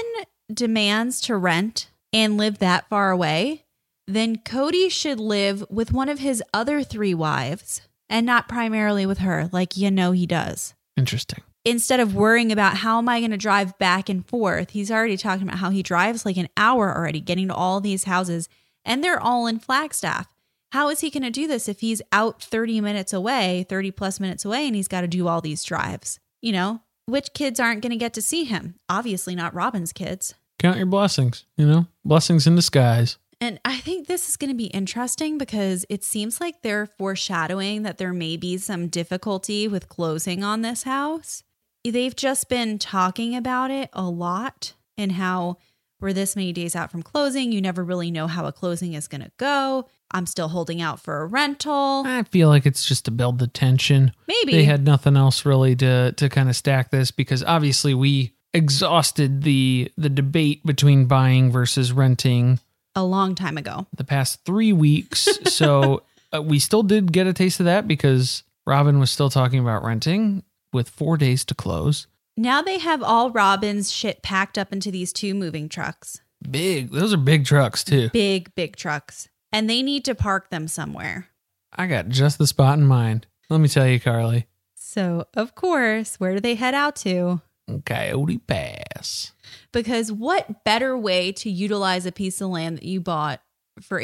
demands to rent and live that far away, then Cody should live with one of his other three wives and not primarily with her, like you know he does.
Interesting.
Instead of worrying about how am I going to drive back and forth, he's already talking about how he drives like an hour already getting to all these houses and they're all in Flagstaff. How is he going to do this if he's out 30 minutes away, 30 plus minutes away, and he's got to do all these drives? You know, which kids aren't going to get to see him? Obviously, not Robin's kids.
Count your blessings, you know? Blessings in disguise.
And I think this is going to be interesting because it seems like they're foreshadowing that there may be some difficulty with closing on this house. They've just been talking about it a lot and how we're this many days out from closing. You never really know how a closing is going to go. I'm still holding out for a rental.
I feel like it's just to build the tension.
Maybe.
They had nothing else really to to kind of stack this because obviously we exhausted the the debate between buying versus renting
a long time ago.
the past 3 weeks. so uh, we still did get a taste of that because Robin was still talking about renting with 4 days to close.
Now they have all Robin's shit packed up into these two moving trucks.
Big. Those are big trucks too.
Big, big trucks. And they need to park them somewhere.
I got just the spot in mind. Let me tell you, Carly.
So, of course, where do they head out to?
Coyote Pass.
Because what better way to utilize a piece of land that you bought for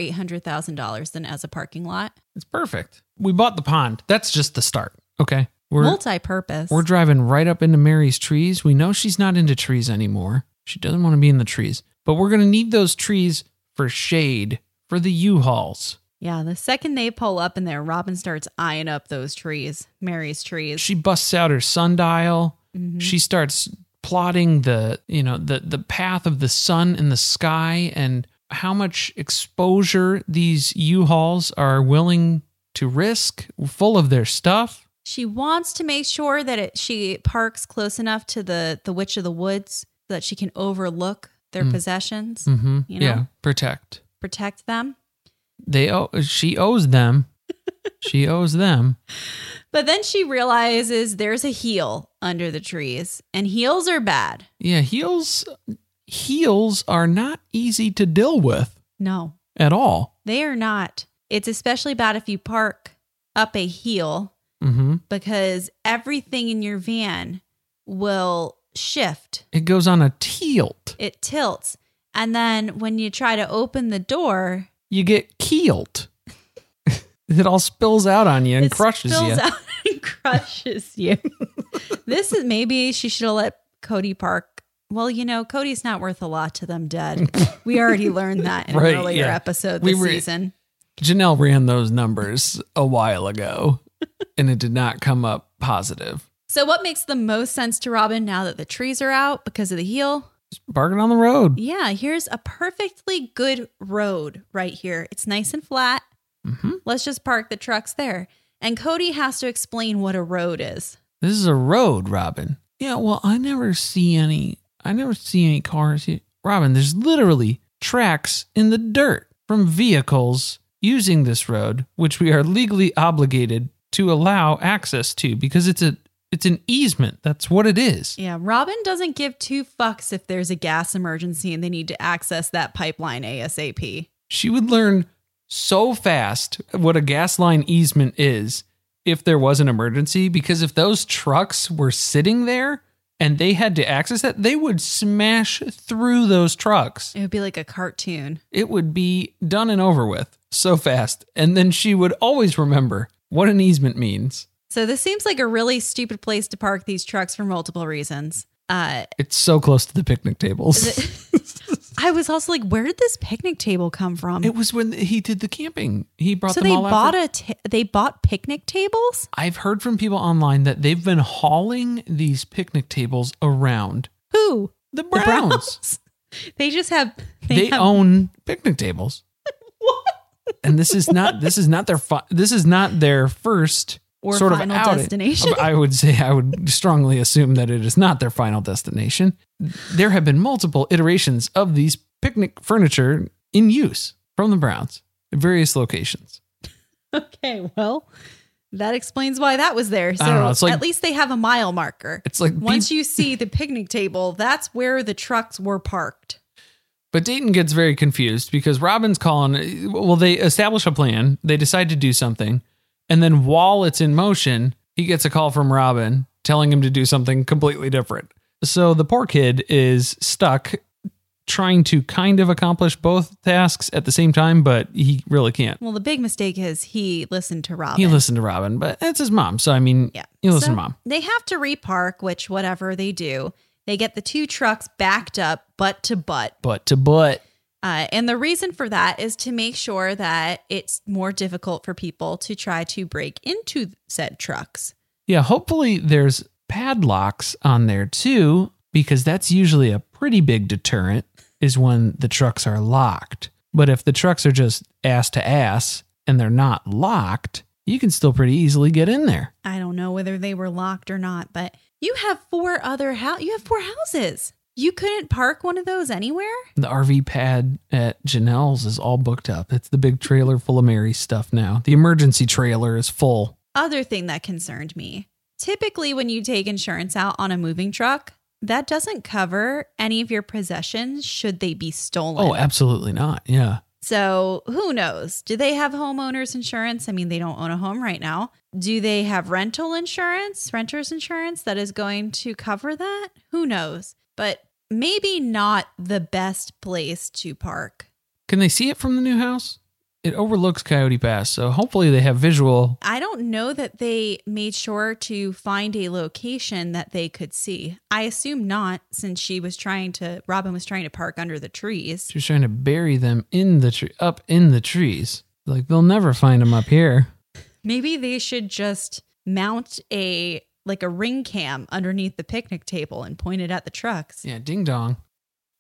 $800,000 than as a parking lot?
It's perfect. We bought the pond. That's just the start. Okay. We're
Multi purpose.
we're driving right up into Mary's trees. We know she's not into trees anymore. She doesn't want to be in the trees. But we're going to need those trees for shade for the U-Hauls.
Yeah, the second they pull up in there, Robin starts eyeing up those trees, Mary's trees.
She busts out her sundial.
Mm-hmm.
She starts plotting the, you know, the the path of the sun in the sky and how much exposure these U-Hauls are willing to risk, full of their stuff.
She wants to make sure that it, she parks close enough to the, the Witch of the Woods so that she can overlook their possessions,
Mm. Mm-hmm.
You know?
Yeah, protect.
protect them.
They owe, she owes them. she owes them.
But then she realizes there's a heel under the trees, and heels are bad.
Yeah, heels heels are not easy to deal with
No,
at all.
they are not. It's especially bad if you park up a heel
hmm
because everything in your van will shift,
It goes on a tilt.
it tilts. And then when you try to open the door,
You get keeled. it all spills out on you and
it
crushes
spills
you.
out and crushes you. this is maybe she should have let Cody park. Well, you know, Cody's not worth a lot to them dead. We already learned that in
Right,
an earlier
yeah.
episode
We
this
were-
season.
Janelle ran those numbers a while ago and it did not come up positive.
So, what makes the most sense to Robin now that the trees are out because of the heel?
Barking on the road.
Yeah, here's a perfectly good road right here. It's nice and flat.
Mhm.
Let's just park the trucks there. And Cody has to explain what a road is.
This is a road, Robin. Yeah, well, I never see any. I never see any cars here, Robin. There's literally tracks in the dirt from vehicles using this road, which we are legally obligated to allow access to because it's a it's an easement. That's what it is.
Yeah, Robin doesn't give two fucks if there's a gas emergency and they need to access that pipeline ASAP.
She would learn so fast what a gas line easement is if there was an emergency because if those trucks were sitting there and they had to access that, they would smash through those trucks.
It would be like a cartoon.
It would be done and over with so fast. And then she would always remember what an easement means.
So this seems like a really stupid place to park these trucks for multiple reasons. Uh,
It's so close to the picnic tables.
I was also like, where did this picnic table come from?
It was when he did the camping. He brought
so
them
they
all out
bought
for-
a ta- they bought picnic tables.
I've heard from people online that they've been hauling these picnic tables around
Who?
the
The
Browns.
Browns. They just have
They,
have-
own picnic tables. And this is not this is not their fi- this is not their first
Or
sort
final
of outing.
destination.
I would say I would strongly assume that it is not their final destination. There have been multiple iterations of these picnic furniture in use from the Browns at various locations.
Okay, well, that explains why that was there. So
don't know, it's like-
at least they have a mile marker.
It's like
Once
peop-
you see the picnic table, that's where the trucks were parked.
But Dayton gets very confused because Robin's calling. Well, they establish a plan, they decide to do something, and then while it's in motion, he gets a call from Robin telling him to do something completely different. So the poor kid is stuck trying to kind of accomplish both tasks at the same time, but he really can't.
Well, the big mistake is he listened to Robin.
He listened to Robin, but it's his mom. So, I mean,
Yeah.
he listened to
So
mom.
They have to repark, which whatever they do, they get the two trucks backed up butt to butt.
But to butt.
Uh, and the reason for that is to make sure that it's more difficult for people to try to break into said trucks.
Yeah, hopefully there's padlocks on there too, because that's usually a pretty big deterrent is when the trucks are locked. But if the trucks are just ass to ass and they're not locked, you can still pretty easily get in there.
I don't know whether they were locked or not, but you have four other house. You have four houses. You couldn't park one of those anywhere.
The RV pad at Janelle's is all booked up. It's the big trailer full of Mary's stuff now. The emergency trailer is full.
Other thing that concerned me. Typically, when you take insurance out on a moving truck, that doesn't cover any of your possessions should they be stolen.
Oh, absolutely not. Yeah.
So who knows? Do they have homeowners insurance? I mean, they don't own a home right now. Do they have rental insurance, renters insurance that is going to cover that? Who knows? But maybe not the best place to park.
Can they see it from the new house? It overlooks Coyote Pass, so hopefully they have visual
I don't know that they made sure to find a location that they could see. I assume not, since she was trying to, Robin was trying to park under the trees.
She was trying to bury them in the tree, up in the trees. Like they'll never find them up here.
Maybe they should just mount a like a ring cam underneath the picnic table and point it at the trucks.
Yeah, ding dong.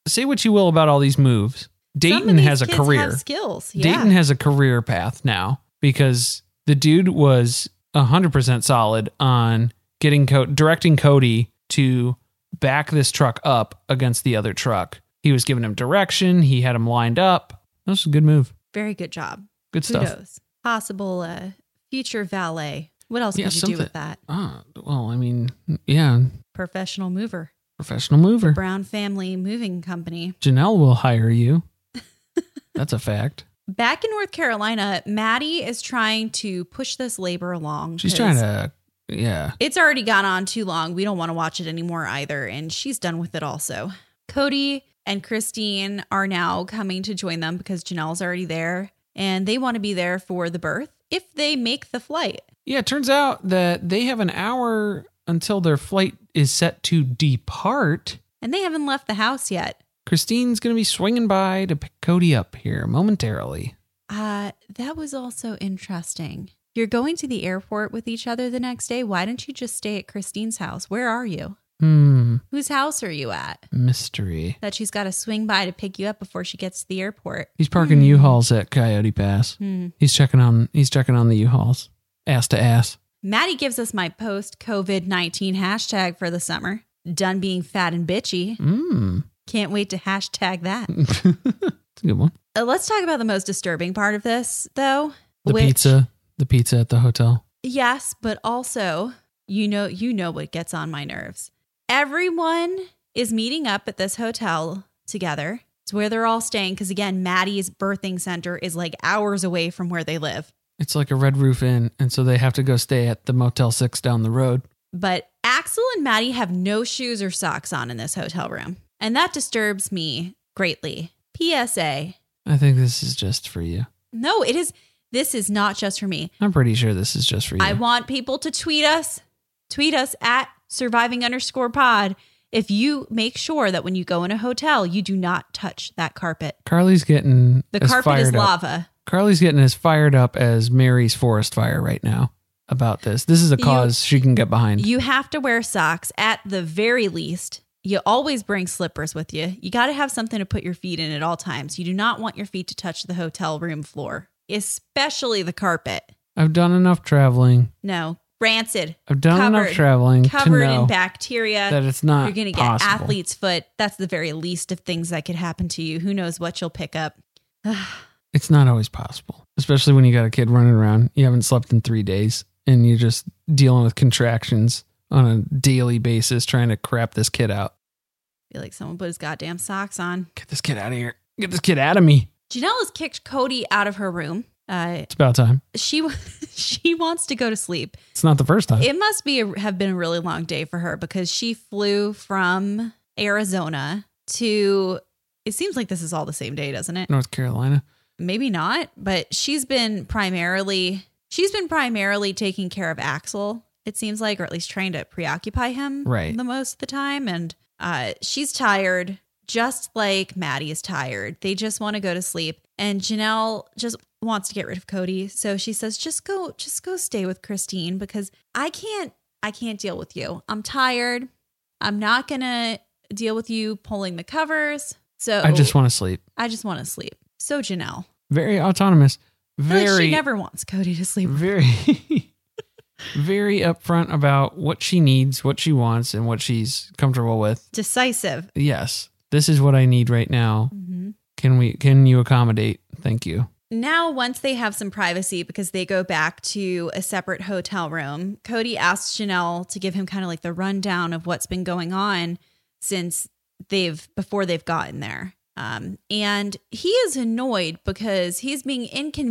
Say what you will about all these moves.
Some of
Dayton
these
has a
kids
career.
have skills. Yeah.
Dayton has a career path now because the dude was 100% solid on getting Co- directing Cody to back this truck up against the other truck. He was giving him direction, he had him lined up. That was a good move.
very good job.
Good stuff.
Kudos. Possible uh, future valet. What else
Yeah,
could you
something.
do with that?
Ah, well, I mean, yeah,
Professional mover.
professional mover.
Brown Family Moving Company.
Janelle will hire you. That's a fact.
Back in North Carolina, Maddie is trying to push this labor along.
She's
'cause
trying to, yeah.
It's already gone on too long. We don't want to watch it anymore either. And she's done with it also. Cody and Christine are now coming to join them because Janelle's already there and they want to be there for the birth if they make the flight.
Yeah, it turns out that they have an hour until their flight is set to depart.
And they haven't left the house yet.
Christine's going to be swinging by to pick Cody up here momentarily.
Uh, that was also interesting. You're going to the airport with each other the next day. Why don't you just stay at Christine's house? Where are you?
Hmm,
Whose house are you at?
mystery.
That she's got to swing by to pick you up before she gets to the airport.
He's parking U-Hauls at Coyote Pass.
Hmm.
He's checking on he's checking on the U-Hauls. Ass to ass.
Maddie gives us my post COVID 19 hashtag for the summer. Done being fat and bitchy.
Mm.
Can't wait to hashtag that.
it's a good one.
Uh, let's talk about the most disturbing part of this, though.
The
which-
pizza, the pizza at the hotel.
Yes, but also, you know, you know what gets on my nerves. Everyone is meeting up at this hotel together. It's where they're all staying because again, Maddie's birthing center is like hours away from where they live.
It's like a Red Roof Inn, and so they have to go stay at the Motel 6 down the road.
But Axel and Maddie have no shoes or socks on in this hotel room, and that disturbs me greatly. PSA:
I think this is just for you.
No, it is. This is not just for me.
I'm pretty sure this is just for you.
I want people to tweet us. Tweet us at surviving underscore pod if you make sure that when you go in a hotel, you do not touch that carpet.
Carly's getting
The
as
carpet is
fired up.
lava.
Carly's getting as fired up as Mary's forest fire right now about this. This is a
You-
cause she can get behind.
You have to wear socks at the very least. You always bring slippers with you. You got to have something to put your feet in at all times. You do not want your feet to touch the hotel room floor, especially the carpet.
I've done enough traveling.
No, rancid.
I've done enough
Covered-
traveling to
Covered
know
in bacteria.
that it's not
You're going to get
possible.
athlete's foot. That's the very least of things that could happen to you. Who knows what you'll pick up?
It's not always possible, especially when you got a kid running around. You haven't slept in three days, and you're just dealing with contractions on a daily basis, trying to crap this kid out.
feel like someone put his goddamn socks on.
Get this kid out of here. Get this kid out of me.
Janelle has kicked Cody out of her room. Uh,
It's about time.
she she wants to go to sleep.
It's not the first time.
It must be a, have been a really long day for her because she flew from Arizona to. It seems like this is all the same day, doesn't it?
North Carolina.
Maybe not, but she's been primarily she's been primarily taking care of Axel. It seems like, or at least trying to preoccupy him,
Right.
The most of the time, and uh, she's tired, just like Maddie is tired. They just want to go to sleep, and Janelle just wants to get rid of Cody. So she says, "Just go, just go stay with Christine because I can't, I can't deal with you. I'm tired. I'm not gonna deal with you pulling the covers. So
I just want to sleep.
I just want to sleep. So Janelle,
Very autonomous.
I feel like
Very
she never wants Cody to sleep.
very very upfront about what she needs, what she wants, and what she's comfortable with.
Decisive.
Yes, this is what I need right now.
Mm-hmm.
Can we can you accommodate? Thank you.
Now, once they have some privacy because they go back to a separate hotel room, Cody asks Janelle to give him kind of like the rundown of what's been going on since they've before they've gotten there. Um, and he is annoyed because he's being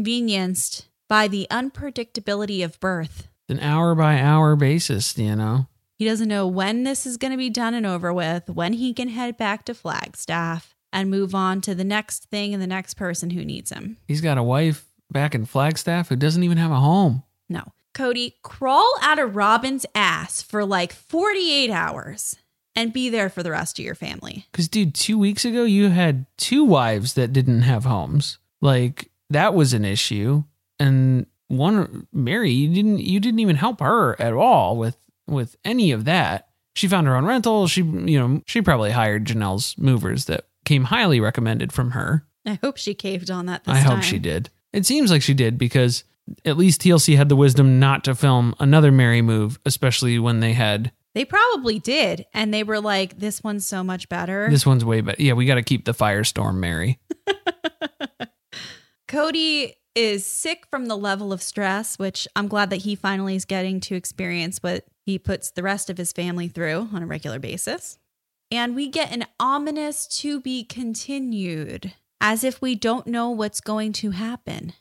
inconvenienced by the unpredictability of birth.
An hour by hour basis, you know.
He doesn't know when this is going to be done and over with, when he can head back to Flagstaff and move on to the next thing and the next person who needs him.
He's got a wife back in Flagstaff who doesn't even have a home.
No. Cody, crawl out of Robin's ass for like 48 hours and be there for the rest of your family.
Cause dude, two weeks ago you had two wives that didn't have homes. Like that was an issue. And one Mary, you didn't you didn't even help her at all with with any of that. She found her own rental. She you know, she probably hired Janelle's movers that came highly recommended from her.
I hope she caved on that this
I hope
time.
she did. It seems like she did because at least TLC had the wisdom not to film another Mary move, especially when they had
They probably did. And they were like, this one's so much better.
this one's way better. Yeah, we got to keep the firestorm Mary.
Cody is sick from the level of stress, which I'm glad that he finally is getting to experience what he puts the rest of his family through on a regular basis. And we get an ominous to be continued, as if we don't know what's going to happen.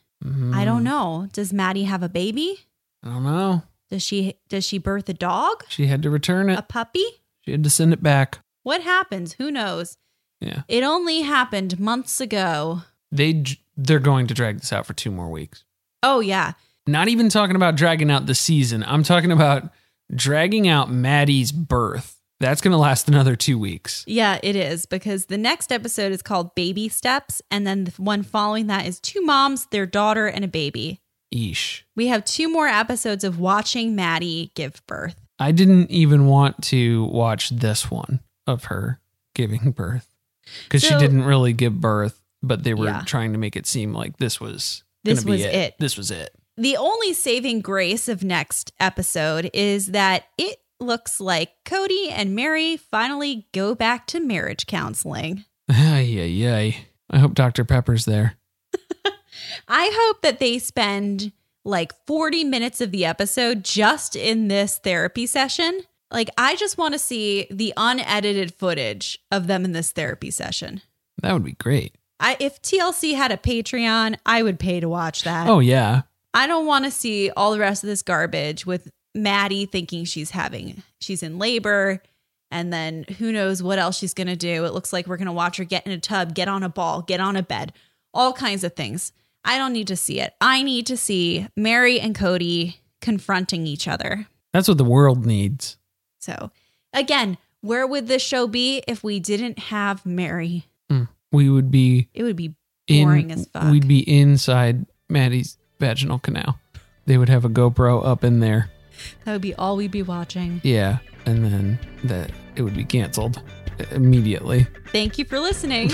I don't know. Does Maddie have a baby?
I don't know.
Does she does she birth a dog?
She had to return
A
it.
puppy?
She had to send it back.
What happens? Who knows?
Yeah.
It only happened months ago.
They j- they're going to drag this out for two more weeks.
Oh yeah.
Not even talking about dragging out the season. I'm talking about dragging out Maddie's birth. That's going to last another 2 weeks.
Yeah, it is because the next episode is called Baby Steps. And then the one following that is two moms, their daughter, and a baby.
Eesh.
We have two more episodes of watching Maddie give birth.
I didn't even want to watch this one of her giving birth because she
So-
didn't really give birth, but they were
Yeah.
trying to make it seem like this was
This
gonna be
was it.
This was it.
The only saving grace of next episode is that it looks like Cody and Mary finally go back to marriage counseling.
Ay, ay, ay. I hope Dr. Pepper's there.
I hope that they spend like 40 minutes of the episode just in this therapy session. Like, I just want to see the unedited footage of them in this therapy session.
That would be great.
I, if TLC had a Patreon, I would pay to watch that.
Oh, yeah.
I don't want to see all the rest of this garbage with Maddie thinking she's having, she's in labor. And then who knows what else she's going to do. It looks like we're going to watch her get in a tub, get on a ball, get on a bed, all kinds of things. I don't need to see it. I need to see Mary and Cody confronting each other.
That's what the world needs.
So, again, where would this show be if we didn't have Mary?
We would be
It would be
in.
boring as fuck.
We'd be inside Maddie's vaginal canal. They would have a GoPro up in there.
that would be all we'd be watching.
Yeah, and then that it would be canceled immediately.
Thank you for listening.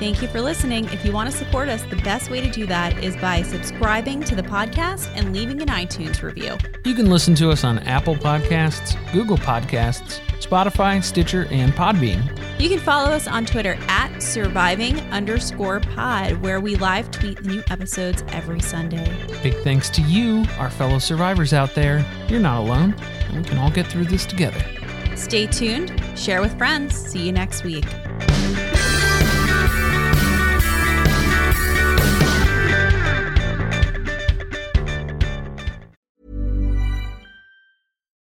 Thank you for listening. If you want to support us, the best way to do that is by subscribing to the podcast and leaving an iTunes review.
You can listen to us on Apple Podcasts, Google Podcasts, Spotify, Stitcher, and Podbean.
You can follow us on Twitter at surviving underscore pod, where we live tweet new episodes every Sunday.
Big thanks to you, our fellow survivors out there. You're not alone, and we can all get through this together.
Stay tuned, share with friends. See you next week.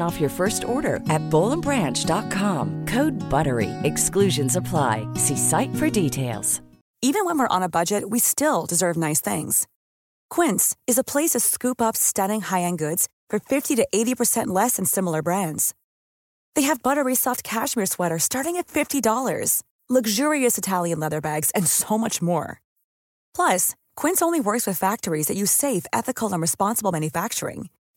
off your first order at bowlandbranch.com. Code BUTTERY. Exclusions apply. See site for details.
Even when we're on a budget, we still deserve nice things. Quince is a place to scoop up stunning high-end goods for 50 to 80% less than similar brands. They have buttery soft cashmere sweaters starting at $50, luxurious Italian leather bags, and so much more. Plus, Quince only works with factories that use safe, ethical, and responsible manufacturing.